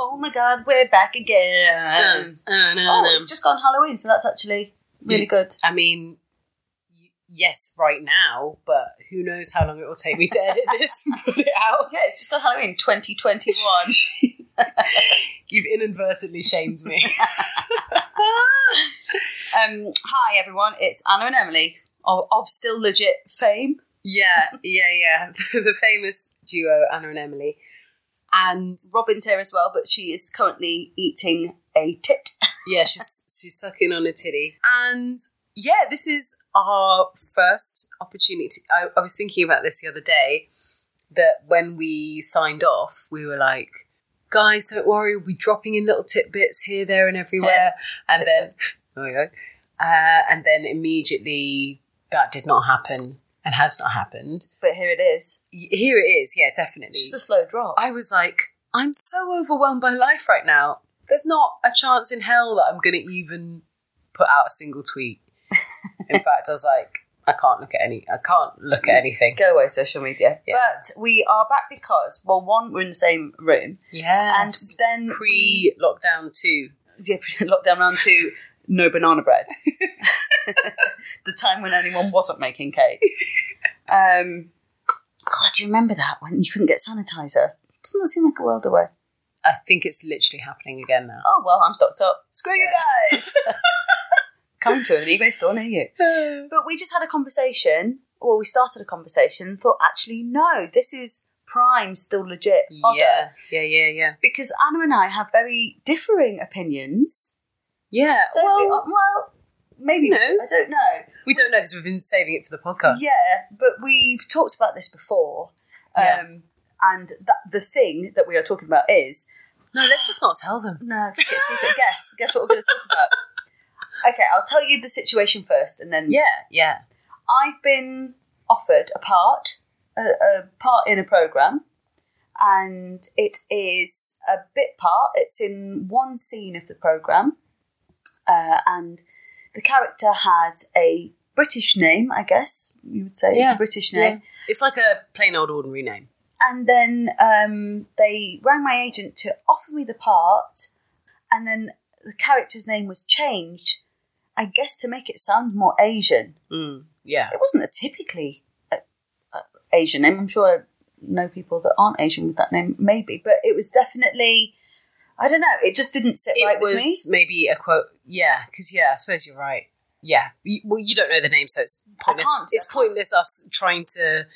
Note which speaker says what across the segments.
Speaker 1: Oh God, we're back again.
Speaker 2: Um, uh, no,
Speaker 1: oh,
Speaker 2: no.
Speaker 1: it's just gone Halloween, so that's actually really
Speaker 2: Yeah.
Speaker 1: good.
Speaker 2: I mean, y- yes, right now, but who knows how long it will take me to edit this and put it out.
Speaker 1: Oh, Yeah, it's just gone Halloween 2021.
Speaker 2: You've inadvertently shamed me.
Speaker 1: um, hi, everyone. It's Anna and Emily of, of Still Legit fame.
Speaker 2: yeah, yeah, yeah. the famous duo Anna and Emily. And
Speaker 1: Robin's here as well, but she is currently eating a tit.
Speaker 2: yeah, she's she's sucking on a titty. And yeah, this is our first opportunity. I, I was thinking about this the other day that when we signed off, we were like, guys, don't worry, we'll be dropping in little tidbits here, there, and everywhere. and then, oh, yeah. uh, and then immediately that did not happen and has not happened.
Speaker 1: But here it is.
Speaker 2: Y- Here it is, yeah, definitely.
Speaker 1: It's just a slow drop.
Speaker 2: I was like, I'm so overwhelmed by life right now. There's not a chance in hell that I'm going to even put out a single tweet. In fact, I was like, I can't look at any. I can't look at anything.
Speaker 1: Go away, social media.
Speaker 2: Yeah.
Speaker 1: But we are back because, well, one, we're in the same room,
Speaker 2: Yeah.
Speaker 1: and
Speaker 2: And
Speaker 1: then we-
Speaker 2: pre-lockdown too.
Speaker 1: yeah, lockdown round two, no banana bread. the time when anyone wasn't making cake. Um, God, do you remember that when you couldn't get sanitizer? Doesn't that seem like a world away?
Speaker 2: I think it's literally happening again now.
Speaker 1: Oh well, I'm stocked up. Screw you
Speaker 2: Yeah.
Speaker 1: guys. Come to an eBay store near you. But we just had a conversation. Well, we started a conversation. and Thought actually, no, this is prime, still legit. fodder.
Speaker 2: yeah, yeah, yeah, yeah,
Speaker 1: Because Anna and I have very differing opinions.
Speaker 2: yeah.
Speaker 1: Don't we?
Speaker 2: well,
Speaker 1: Uh, well, maybe we
Speaker 2: No.
Speaker 1: do. I don't know.
Speaker 2: we don't know because we've been saving it for the podcast.
Speaker 1: Yeah, but we've talked about this before. Um,
Speaker 2: Yeah.
Speaker 1: And that, the thing that we are talking about is
Speaker 2: No, let's just not tell them.
Speaker 1: no, keep it secret. guess, guess what we're going to talk about. Okay, I'll tell you the situation first, and then
Speaker 2: Yeah, yeah.
Speaker 1: I've been offered a part, a, a part in a program, and it is a bit part. It's in one scene of the program, uh, and the character had a British name, I guess you would say it's
Speaker 2: Yeah,
Speaker 1: a British
Speaker 2: yeah.
Speaker 1: name.
Speaker 2: It's like a plain old ordinary name.
Speaker 1: And then um, they rang my agent to offer me the part, and then the character's name was changed, I guess, to make it sound more Asian.
Speaker 2: Mm, yeah.
Speaker 1: It wasn't a typically uh uh Asian name. I'm sure I know people that aren't Asian with that name, maybe, but it was definitely, I don't know, it just didn't sit
Speaker 2: it
Speaker 1: right
Speaker 2: was
Speaker 1: with me.
Speaker 2: maybe a quote. Yeah, because yeah, I suppose you're right. Yeah, You- well, you don't know the name, so it's pointless.
Speaker 1: can't.
Speaker 2: It's pointless us trying to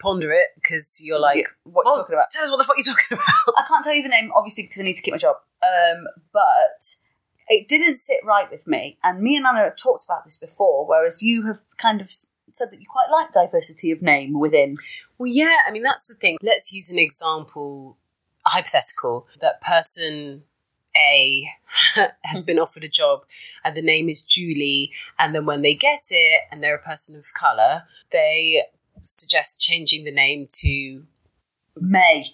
Speaker 2: ponder it because you're like,
Speaker 1: Yeah, what you're
Speaker 2: "Oh,
Speaker 1: talking about.
Speaker 2: Tell us what the fuck you're talking about.
Speaker 1: I can't tell you the name, obviously, because I need to keep my job. Um, but it didn't sit right with me. And me and Anna have talked about this before, whereas you have kind of s- said that you quite like diversity of name within.
Speaker 2: Well, yeah, I mean that's the thing. Let's use an example, a hypothetical. That person A has been offered a job, and the name is Julie. And then when they get it, and they're a person of color, they suggest changing the name to
Speaker 1: May.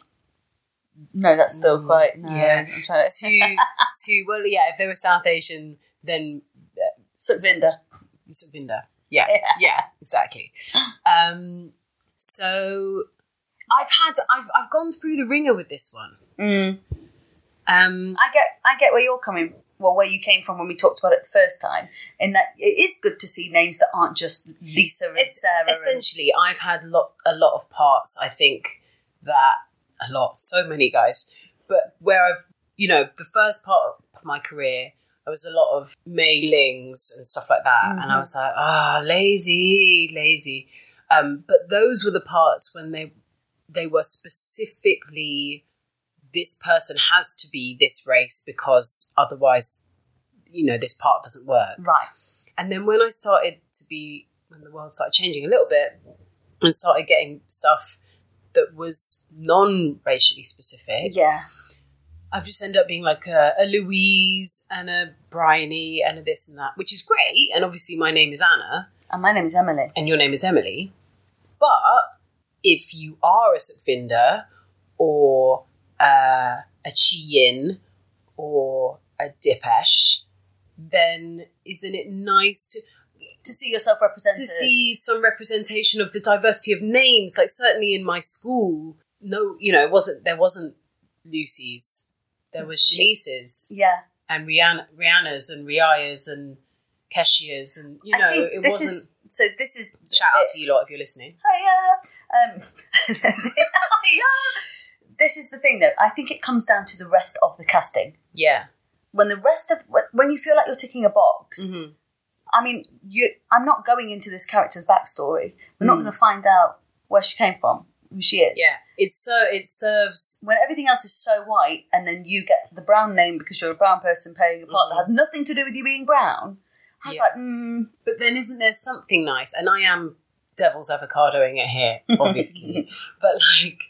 Speaker 1: No, that's still
Speaker 2: Mm,
Speaker 1: quite. No,
Speaker 2: yeah.
Speaker 1: I'm trying to.
Speaker 2: to to well yeah if they were south asian then
Speaker 1: Sukhvinder.
Speaker 2: Savinda. yeah
Speaker 1: Yeah.
Speaker 2: yeah exactly um so i've had i've i've gone through the ringer with this one
Speaker 1: Mm.
Speaker 2: um
Speaker 1: I get, I get where you're coming. Well, where you came from when we talked about it the first time, in that it is good to see names that aren't just Lisa and
Speaker 2: Es-
Speaker 1: Sarah. and-
Speaker 2: essentially i've had lot a lot of parts i think that a lot so many guys but where i've you know the first part of my career there was a lot of mailings and stuff like that and i was like ah lazy lazy um but those were the parts when they they were specifically this person has to be this race because otherwise you know this part doesn't work
Speaker 1: right.
Speaker 2: and then when I started to be, when the world started changing a little bit and started getting stuff that was non racially specific,
Speaker 1: Yeah.
Speaker 2: I've just ended up being like a, a Louise and a Bryony and a this and that, which is great. And obviously, my name is Anna
Speaker 1: And my name is Emily.
Speaker 2: and your name is Emily. But if you are a Sukvinder or uh, a Chi Yin or a Dipesh, then isn't it nice to
Speaker 1: To see yourself represented.
Speaker 2: to see some representation of the diversity of names. Like certainly in my school, no, you know, it wasn't there wasn't Lucy's. There was Shanice's
Speaker 1: Yeah.
Speaker 2: and Rihanna, Rihanna's and Ria's and Keshia's and you know
Speaker 1: I think
Speaker 2: it
Speaker 1: this
Speaker 2: wasn't.
Speaker 1: is so. This is
Speaker 2: shout out to you lot if you're listening.
Speaker 1: hiya. Um, hiya. This is the thing, though. I think it comes down to the rest of the casting.
Speaker 2: Yeah,
Speaker 1: When the rest of when- when you feel like you're ticking a box,
Speaker 2: Mhm.
Speaker 1: I mean, you. I'm not going into this character's backstory. We're not going to find out where she came from, who she is.
Speaker 2: Mm. yeah. It's so it serves.
Speaker 1: When everything else is so white, and then you get the brown name because you're a brown person playing a part that has nothing to do with you being brown. I was
Speaker 2: Mm. Yeah.
Speaker 1: like, mm,
Speaker 2: But then isn't there something nice? And I am devil's avocadoing it here, obviously. but like,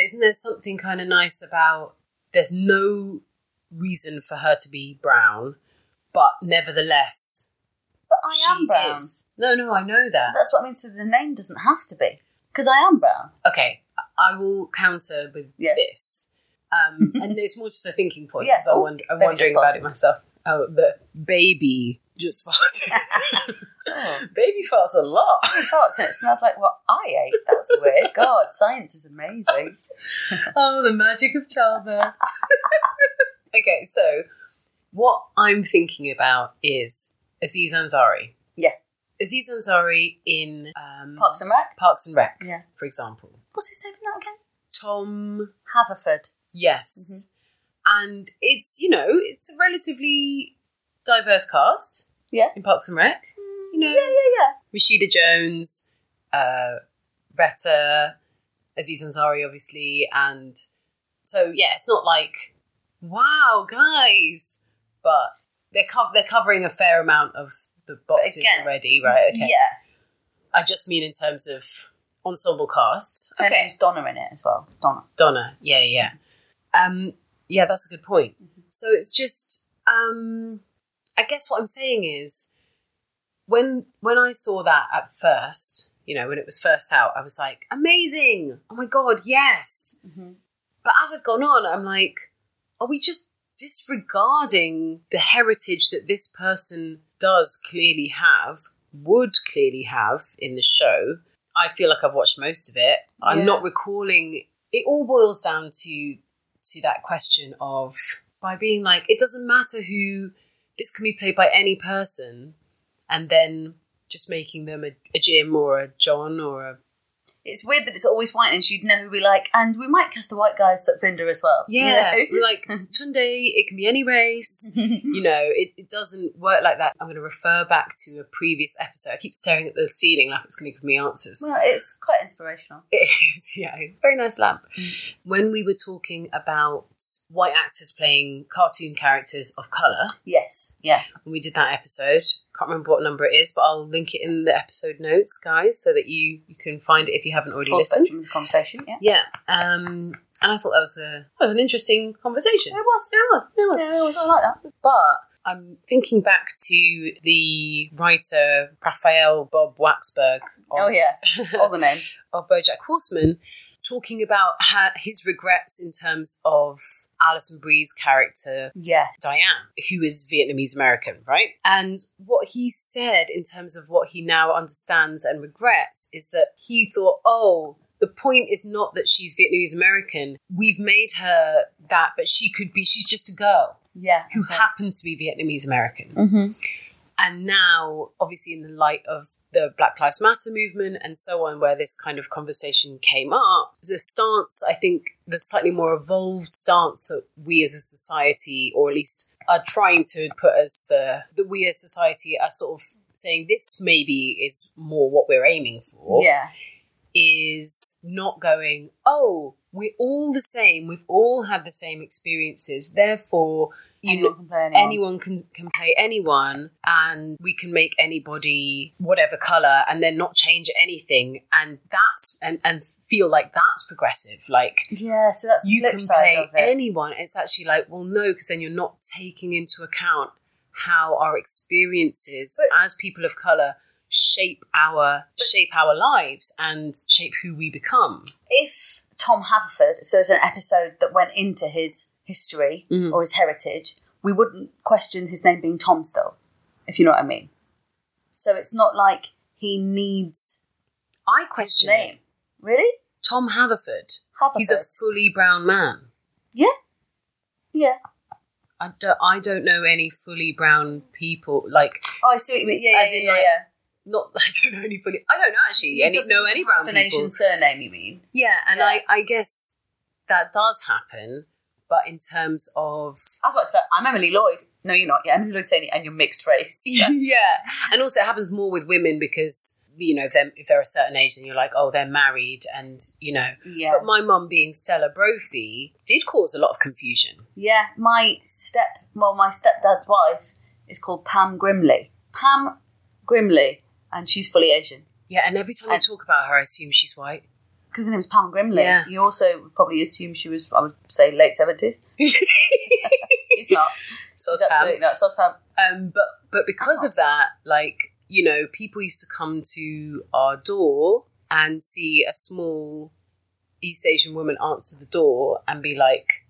Speaker 2: isn't there something kind of nice about? There's no reason for her to be brown, but nevertheless,
Speaker 1: but I am brown.
Speaker 2: is. No, no, I know that.
Speaker 1: That's what I mean. So the name doesn't have to be because I am brown.
Speaker 2: Okay, I will counter with
Speaker 1: Yes.
Speaker 2: this. Um, and it's more just a thinking point.
Speaker 1: Yes.
Speaker 2: Yes, I'm,
Speaker 1: Oh,
Speaker 2: wonder- I'm
Speaker 1: baby
Speaker 2: wondering
Speaker 1: just
Speaker 2: about
Speaker 1: farted.
Speaker 2: it myself. Oh, the baby just farted. baby farts a lot.
Speaker 1: It farts and it smells like what I ate. That's weird. God, science is amazing.
Speaker 2: Oh, the magic of childbirth. okay, so what I'm thinking about is Aziz Ansari.
Speaker 1: Yeah.
Speaker 2: Aziz Ansari in um,
Speaker 1: Parks and Rec.
Speaker 2: Parks and Rec,
Speaker 1: Yeah.
Speaker 2: for example.
Speaker 1: What's his name in that again?
Speaker 2: Tom
Speaker 1: Haverford.
Speaker 2: Yes.
Speaker 1: Mm-hmm.
Speaker 2: And it's, you know, it's a relatively diverse cast
Speaker 1: Yeah.
Speaker 2: in Parks and Rec. You know,
Speaker 1: Yeah, yeah,
Speaker 2: Rashida Jones, uh, Retta, Aziz Ansari, obviously. And so, yeah, it's not like, wow, guys. But they're, co- they're covering a fair amount of the boxes
Speaker 1: again-
Speaker 2: already, right?
Speaker 1: yeah.
Speaker 2: Okay.
Speaker 1: Yeah.
Speaker 2: I just mean in terms of ensemble cast.
Speaker 1: Her name's Donna in it as well. Donna.
Speaker 2: Donna. Yeah, yeah. Um, yeah, that's a good point. So it's just, um, I guess what I'm saying is, when when I saw that at first, you know, when it was first out, I was like, amazing! Oh my god, yes!
Speaker 1: Mhm.
Speaker 2: But as I've gone on, I'm like, are we just disregarding the heritage that this person does clearly have, would clearly have in the show? I feel like I've watched most of it.
Speaker 1: Yeah.
Speaker 2: I'm not recalling. It all boils down to to that question of by being like, it doesn't matter who this can be played by any person, and then just making them a, a Jim or a John or a
Speaker 1: It's weird that it's always white and you'd never be like, and we might cast a white guy as Sutvinder as well. You
Speaker 2: Yeah,
Speaker 1: know?
Speaker 2: like Tunde, it can be any race. you know, it, it doesn't work like that. I'm going to refer back to a previous episode. I keep staring at the ceiling like it's going to give me answers.
Speaker 1: Well, it's quite inspirational.
Speaker 2: It is, yeah, it's a very nice lamp. When we were talking about white actors playing cartoon characters of colour,
Speaker 1: Yes. Yeah.
Speaker 2: when we did that episode, can't remember what number it is, but I'll link it in the episode notes, guys, so that you, you can find it if you haven't already
Speaker 1: Full
Speaker 2: listened.
Speaker 1: spectrum conversation. Yeah.
Speaker 2: Yeah, um, and I thought that was a that was an interesting conversation.
Speaker 1: It was.
Speaker 2: It was. It was.
Speaker 1: Yeah, I always like that.
Speaker 2: But I'm thinking back to the writer Raphael Bob Waxberg of,
Speaker 1: Oh yeah. All the names.
Speaker 2: of BoJack Horseman, talking about her, his regrets in terms of Alison Bree's character
Speaker 1: Yeah.
Speaker 2: Diane, who is Vietnamese American, right? And what he said in terms of what he now understands and regrets is that he thought, oh, the point is not that she's Vietnamese American. We've made her that, but she could be, she's just a girl
Speaker 1: Yeah.
Speaker 2: who happens to be Vietnamese American.
Speaker 1: Mm-hmm.
Speaker 2: And now, obviously, in the light of the Black Lives Matter movement and so on, where this kind of conversation came up, the stance, I think, the slightly more evolved stance that we as a society, or at least are trying to put as the, that we as society are sort of saying this maybe is more what we're aiming for
Speaker 1: Yeah.
Speaker 2: is not going, oh, we're all the same, we've all had the same experienses, therefore, you know,
Speaker 1: Anyone can play anyone.
Speaker 2: anyone can can play anyone and we can make anybody whatever color and then not change anything and that's and and feel like that's progressive like
Speaker 1: Yeah, so that's
Speaker 2: you
Speaker 1: the
Speaker 2: can
Speaker 1: flip side
Speaker 2: play
Speaker 1: of it.
Speaker 2: anyone it's actually like well no because then you're not taking into account how our experiences as people of color shape our shape our lives and shape who we become
Speaker 1: if Tom Haverford, if there was an episode that went into his history
Speaker 2: Mm-hmm.
Speaker 1: or his heritage, we wouldn't question his name being Tom still, if you know what I mean. So it's not like he needs
Speaker 2: i
Speaker 1: his
Speaker 2: question it.
Speaker 1: name. Really?
Speaker 2: tom haverford
Speaker 1: Haverford.
Speaker 2: he's a fully brown man
Speaker 1: yeah. Yeah.
Speaker 2: I don't, I don't know any fully brown people. Like,
Speaker 1: Oh, I see what you mean. Yeah,
Speaker 2: As
Speaker 1: yeah,
Speaker 2: in,
Speaker 1: yeah,
Speaker 2: like,
Speaker 1: yeah.
Speaker 2: not I don't know any fully. I don't know actually. Any,
Speaker 1: Doesn't
Speaker 2: know any brown
Speaker 1: have a
Speaker 2: people?
Speaker 1: nation surname, you mean?
Speaker 2: Yeah, and
Speaker 1: Yeah.
Speaker 2: I I guess that does happen, but in terms of
Speaker 1: I was about to say, I'm Emily Lloyd. No, you're not. Yeah, Emily Lloyd's only, and you're mixed race.
Speaker 2: yeah. and also it happens more with women because you know if they're, if they're a certain age and you're like oh they're married and you know.
Speaker 1: yeah.
Speaker 2: But my mum being Stella Brophy did cause a lot of confusion.
Speaker 1: Yeah, my step well, my stepdad's wife is called Pam Grimley. Pam Grimley, and she's fully Asian
Speaker 2: Yeah, and every time I
Speaker 1: And-
Speaker 2: talk about her, I assume she's white.
Speaker 1: because her name is Pam Grimley.
Speaker 2: Yeah.
Speaker 1: You also would probably assume she was, I would say, late seventies. It's not.
Speaker 2: So
Speaker 1: it's
Speaker 2: is Pam.
Speaker 1: absolutely not. So it's Pam.
Speaker 2: Um, but but because of that, like you know, people used to come to our door and see a small East Asian woman answer the door and be like,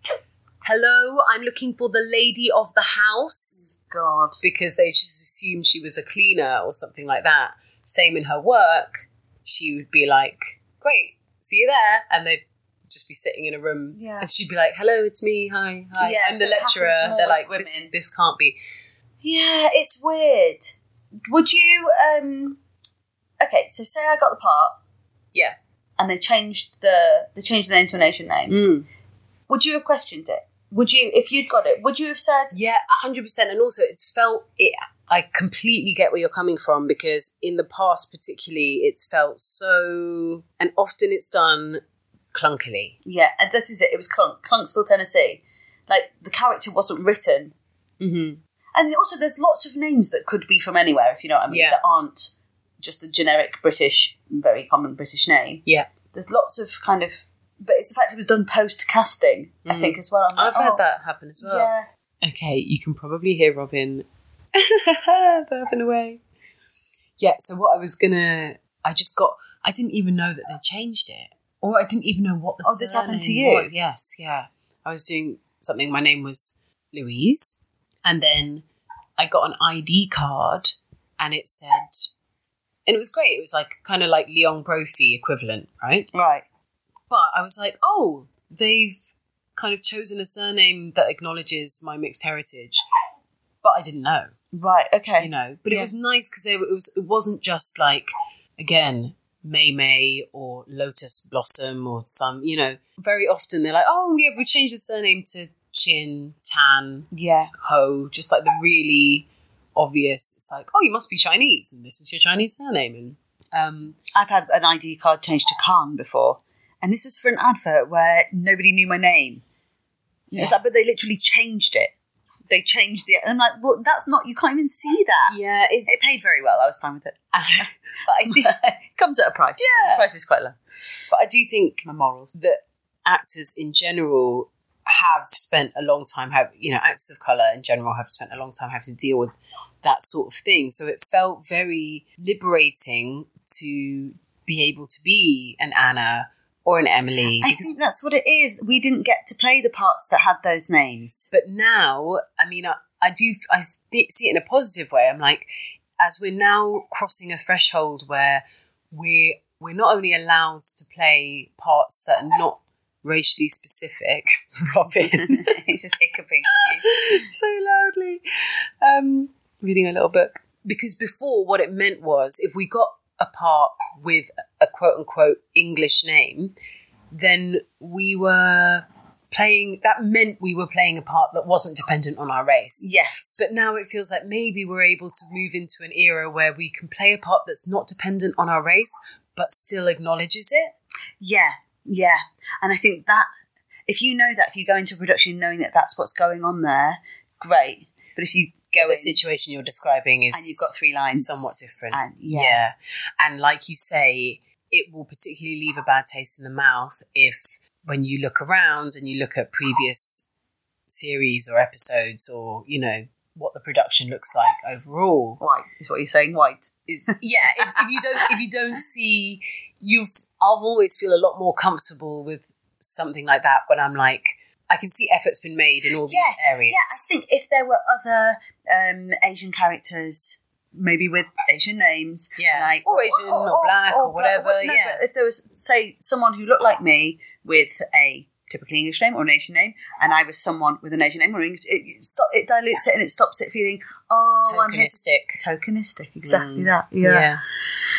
Speaker 2: "Hello, I'm looking for the lady of the house,"
Speaker 1: God.
Speaker 2: because they just assumed she was a cleaner or something like that. Same in her work, she would be like, "Great, see you there," and they'd just be sitting in a room,
Speaker 1: Yeah.
Speaker 2: and she'd be like, "Hello, it's me. Hi, hi,
Speaker 1: Yeah,
Speaker 2: I'm
Speaker 1: so
Speaker 2: the
Speaker 1: it happens
Speaker 2: lecturer."
Speaker 1: more
Speaker 2: They're
Speaker 1: with
Speaker 2: like, "This,
Speaker 1: women.
Speaker 2: this can't be."
Speaker 1: Yeah, it's weird. Would you? um Okay, so say I got the part,
Speaker 2: Yeah.
Speaker 1: and they changed the they changed the name to a nation name.
Speaker 2: Mm.
Speaker 1: Would you have questioned it? Would you, if you'd got it, would you have said,
Speaker 2: Yeah, hundred percent. And also, it's felt it. I completely get where you're coming from because in the past, particularly, it's felt so, and often it's done clunkily.
Speaker 1: Yeah, and this is it. It was Clunk, Clunksville, Tennessee. Like the character wasn't written,
Speaker 2: Mm-hmm.
Speaker 1: and also there's lots of names that could be from anywhere if you know what I mean.
Speaker 2: Yeah.
Speaker 1: That aren't just a generic British, very common British name.
Speaker 2: Yeah,
Speaker 1: There's lots of kind of, but it's the fact it was done post casting, I think as well. I'm like,
Speaker 2: Mm. I've had
Speaker 1: oh,
Speaker 2: that happen as well.
Speaker 1: Yeah,
Speaker 2: Okay, you can probably hear Robin burping away. Yeah. So what I was gonna, I just got. I didn't even know that they changed it, or I didn't even know what the.
Speaker 1: Oh, this happened to
Speaker 2: surname
Speaker 1: you?
Speaker 2: was. Yes. Yeah. I was doing something. My name was Louise, and then I got an ID card, and it said, and it was great. It was like kind of like Leon Brophy equivalent, right?
Speaker 1: right.
Speaker 2: But I was like, oh, they've kind of chosen a surname that acknowledges my mixed heritage. But I didn't know,
Speaker 1: Right. Okay.
Speaker 2: you know. But
Speaker 1: Yeah.
Speaker 2: it was nice because it was it wasn't just like again May May or Lotus Blossom or some, you know. Very often they're like, oh yeah, we changed the surname to Chin Tan
Speaker 1: Yeah.
Speaker 2: Ho, just like the really obvious. It's like, oh, you must be Chinese, and this is your Chinese surname, and um,
Speaker 1: I've had an ID card changed to Khan before, and this was for an advert where nobody knew my name. And It's
Speaker 2: Yeah.
Speaker 1: like, but they literally changed it. They changed the. And I'm like, well, that's not. You can't even see that.
Speaker 2: yeah, it's.
Speaker 1: It paid very well. I was fine with it.
Speaker 2: but I think
Speaker 1: it comes at a price.
Speaker 2: Yeah.
Speaker 1: the price is quite low.
Speaker 2: But I do think
Speaker 1: My morals.
Speaker 2: that actors in general have spent a long time have you know actors of color in general have spent a long time having to deal with that sort of thing so it felt very liberating to be able to be an anna or an emily
Speaker 1: I
Speaker 2: because
Speaker 1: think that's what it is. We didn't get to play the parts that had those names.
Speaker 2: but now i mean i, I do i s- see it in a positive way i'm like as we're now crossing a threshold where we're we're not only allowed to play parts that are not racially specific robin
Speaker 1: it's just hiccuping. at you.
Speaker 2: so loudly um, reading a little book because before what it meant was if we got a part with a quote unquote english name then we were playing that meant we were playing a part that wasn't dependent on our race
Speaker 1: Yes.
Speaker 2: but now it feels like maybe we're able to move into an era where we can play a part that's not dependent on our race but still acknowledges it
Speaker 1: Yeah, yeah. And I think that if you know that, if you go into production knowing that that's what's going on there, great. But if you go
Speaker 2: the
Speaker 1: in
Speaker 2: situation you're describing is
Speaker 1: and you've got three lines,
Speaker 2: somewhat different
Speaker 1: And, yeah.
Speaker 2: Yeah. And like you say, it will particularly leave a bad taste in the mouth if when you look around and you look at previous series or episodes or, you know, what the production looks like overall.
Speaker 1: White is what you're saying. White.
Speaker 2: Is yeah, if, if you don't if you don't see you've I've always feel a lot more comfortable with something like that when I'm like I can see efforts been made in all
Speaker 1: Yes.
Speaker 2: these areas.
Speaker 1: Yeah. I think if there were other um, Asian characters, maybe with Asian names,
Speaker 2: Yeah.
Speaker 1: like
Speaker 2: Or Asian or black or
Speaker 1: black-
Speaker 2: whatever,
Speaker 1: no,
Speaker 2: yeah.
Speaker 1: but if there was, say, someone who looked like me with a typically English name or an Asian name, and I was someone with an Asian name or English, it, it, sto- it dilutes it and it stops it feeling, oh, I'm here.
Speaker 2: Tokenistic. Mm.
Speaker 1: Tokenistic, exactly that. yeah.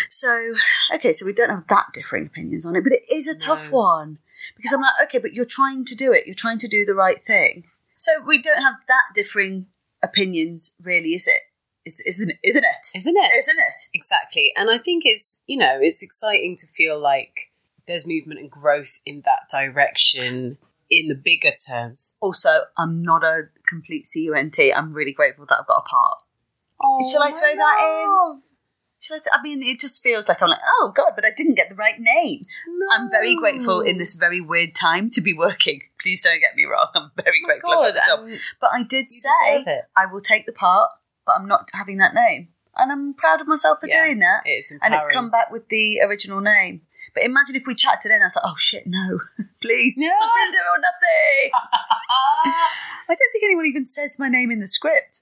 Speaker 1: So, okay, so we don't have that differing opinions on it, but it is a tough
Speaker 2: No.
Speaker 1: one because I'm like, okay, but you're trying to do it, you're trying to do the right thing. So we don't have that differing opinions, really, is it? Is, isn't it? Isn't it?
Speaker 2: Isn't it?
Speaker 1: Isn't it?
Speaker 2: Exactly. And I think it's, you know, it's exciting to feel like there's movement and growth in that direction in the bigger terms.
Speaker 1: Also, I'm not a complete CUNT. I'm really grateful that I've got a part.
Speaker 2: Oh,
Speaker 1: Shall I throw that Shall I, say- I mean, it just feels like I'm like, oh God, but I didn't get the right name.
Speaker 2: in?
Speaker 1: I'm very grateful
Speaker 2: Oh.
Speaker 1: in this very weird time to be working. Please don't get me wrong. I'm very grateful I got
Speaker 2: Oh God,
Speaker 1: the job.
Speaker 2: um,
Speaker 1: But I did
Speaker 2: You deserve
Speaker 1: say
Speaker 2: it.
Speaker 1: I will take the part, but I'm not having that name. And I'm proud of myself for
Speaker 2: Yeah,
Speaker 1: doing that.
Speaker 2: it's
Speaker 1: and it's
Speaker 2: empowering.
Speaker 1: come back with the original name. But imagine if we chat today and I was like, oh shit, no, please,
Speaker 2: Yeah.
Speaker 1: surrender or nothing.
Speaker 2: Ah,
Speaker 1: I don't think anyone even says my name in the script.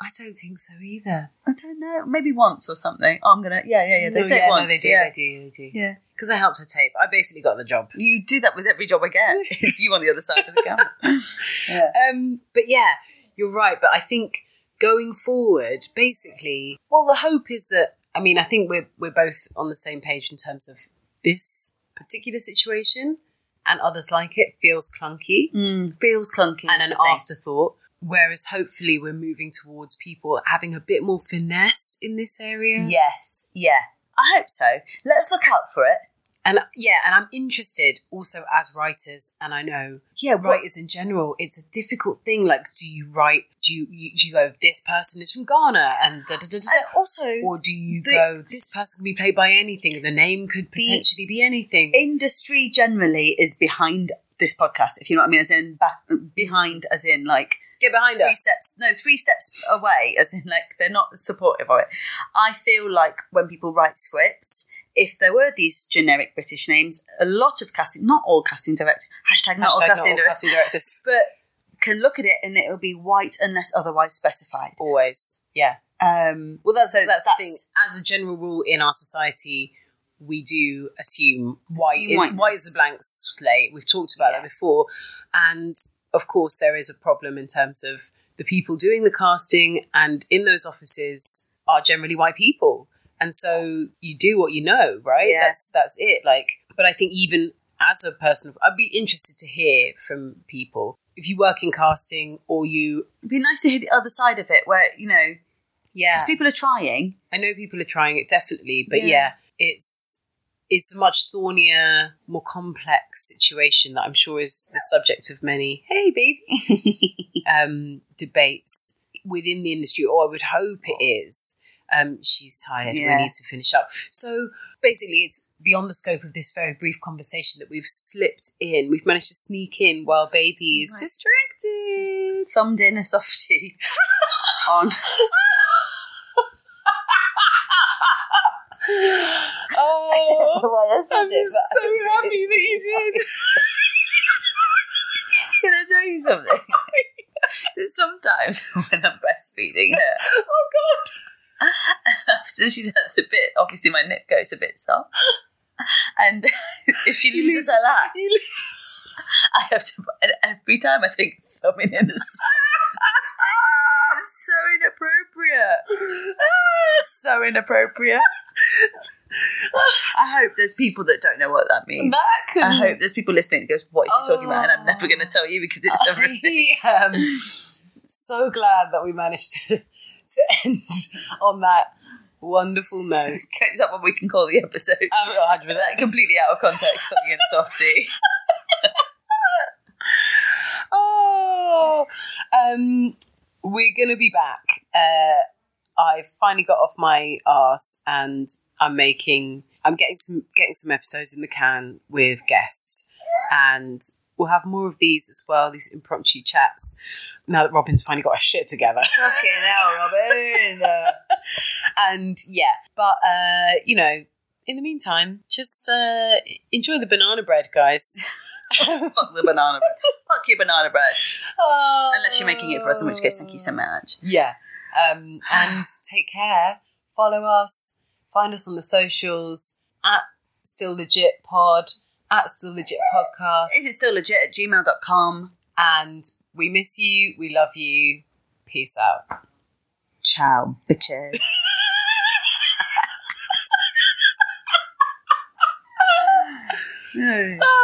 Speaker 2: I don't think so either.
Speaker 1: I don't know. Maybe once or something. Oh, I'm going to, yeah, yeah, yeah. They
Speaker 2: No,
Speaker 1: say
Speaker 2: yeah,
Speaker 1: it once.
Speaker 2: No, they do,
Speaker 1: yeah.
Speaker 2: they do, they do.
Speaker 1: Yeah.
Speaker 2: Because I helped her tape. I basically got the job.
Speaker 1: You do that with every job I get. It's you on the other side of the camera. yeah.
Speaker 2: Um, but yeah, you're right. But I think going forward, basically, well, the hope is that I mean, I think we're we're both on the same page in terms of this particular situation, and others like it feels clunky
Speaker 1: Mm, feels clunky.
Speaker 2: and
Speaker 1: is
Speaker 2: an
Speaker 1: the thing.
Speaker 2: afterthought. Whereas hopefully we're moving towards people having a bit more finesse in this area.
Speaker 1: Yes, yeah. I hope so. Let's look out for it.
Speaker 2: And yeah, and I'm interested also as writers, and I know
Speaker 1: Yeah, right.
Speaker 2: writers in general, it's a difficult thing. Like, do you write? Do you you, you go? This person is from Ghana, and da, da, da, da,
Speaker 1: And
Speaker 2: da.
Speaker 1: also,
Speaker 2: or do you
Speaker 1: the-
Speaker 2: go? This person can be played by anything. The name could potentially be anything.
Speaker 1: industry generally is behind this podcast, if you know what I mean, as in back, behind, as in like
Speaker 2: Get behind
Speaker 1: three
Speaker 2: us.
Speaker 1: steps, no, three steps away, as in like they're not supportive of it. I feel like when people write scripts, if there were these generic British names, a lot of casting, not all casting directors, hashtag not all
Speaker 2: Hashtag
Speaker 1: casting
Speaker 2: all
Speaker 1: directors,
Speaker 2: casting directors.
Speaker 1: but can look at it and it'll be white unless otherwise specified.
Speaker 2: Always, yeah.
Speaker 1: Um,
Speaker 2: Well, that's
Speaker 1: so
Speaker 2: that's the thing. As a general rule in our society, we do assume white
Speaker 1: Assume
Speaker 2: is,
Speaker 1: whiteness.
Speaker 2: white is a blank slate. We've talked about that
Speaker 1: Yeah.
Speaker 2: before, and of course, there is a problem in terms of the people doing the casting, and in those offices are generally white people, and so you do what you know, right?
Speaker 1: Yeah.
Speaker 2: That's that's it. Like, but I think even as a person, of- I'd be interested to hear from people if you work in casting or you,
Speaker 1: It'd be nice to hear the other side of it, where you know,
Speaker 2: yeah,
Speaker 1: because people are trying.
Speaker 2: I know people are trying it definitely, but
Speaker 1: Yeah.
Speaker 2: yeah. it's it's a much thornier, more complex situation that I'm sure is the subject of many hey baby um, debates within the industry, or I would hope it is. Um, she's tired.
Speaker 1: Yeah.
Speaker 2: We need to finish up. So basically, it's beyond the scope of this very brief conversation that we've slipped in. We've managed to sneak in while baby is
Speaker 1: Right.
Speaker 2: distracted.
Speaker 1: Thumbed in a softie on
Speaker 2: oh,
Speaker 1: why I said
Speaker 2: I'm
Speaker 1: it, but
Speaker 2: so happy that you did.
Speaker 1: can I tell you
Speaker 2: Oh
Speaker 1: something? So sometimes when I'm breastfeeding her,
Speaker 2: oh god.
Speaker 1: after she's had a bit, obviously my nip goes a bit soft. And if she
Speaker 2: You
Speaker 1: loses
Speaker 2: lose-
Speaker 1: her latch,
Speaker 2: you
Speaker 1: I have to. And every time I think thumbing in the It's so inappropriate. so inappropriate. I hope there's people that don't know what that means.
Speaker 2: That could
Speaker 1: I hope there's people listening that goes, "What is she talking about?" And I'm
Speaker 2: Oh.
Speaker 1: never going to tell you because it's horrific.
Speaker 2: I am um, so glad that we managed to, to end on that wonderful note.
Speaker 1: Is that what we can call the episode?
Speaker 2: Um, 100%.
Speaker 1: Like completely out of context, something in a softie.
Speaker 2: Oh, um, we're gonna be back. Uh, I finally got off my arse, and I'm making. I'm getting some getting some episodes in the can with guests, and we'll have more of these as well. These impromptu chats. Now that Robin's finally got her shit together,
Speaker 1: Fucking hell, Robin.
Speaker 2: and yeah, but uh, you know, in the meantime, just uh, enjoy the banana bread, guys.
Speaker 1: Fuck the banana bread. Fuck your banana bread. Unless
Speaker 2: Unless
Speaker 1: you're making it for us, in which case, thank you so much.
Speaker 2: Yeah. Um, and take care. Follow us. Find us on the socials at Still Legit Pod, at Still Legit Podcast.
Speaker 1: Is it still legit at gmail.com?
Speaker 2: And we miss you. We love you. Peace out.
Speaker 1: Ciao, bitches. No.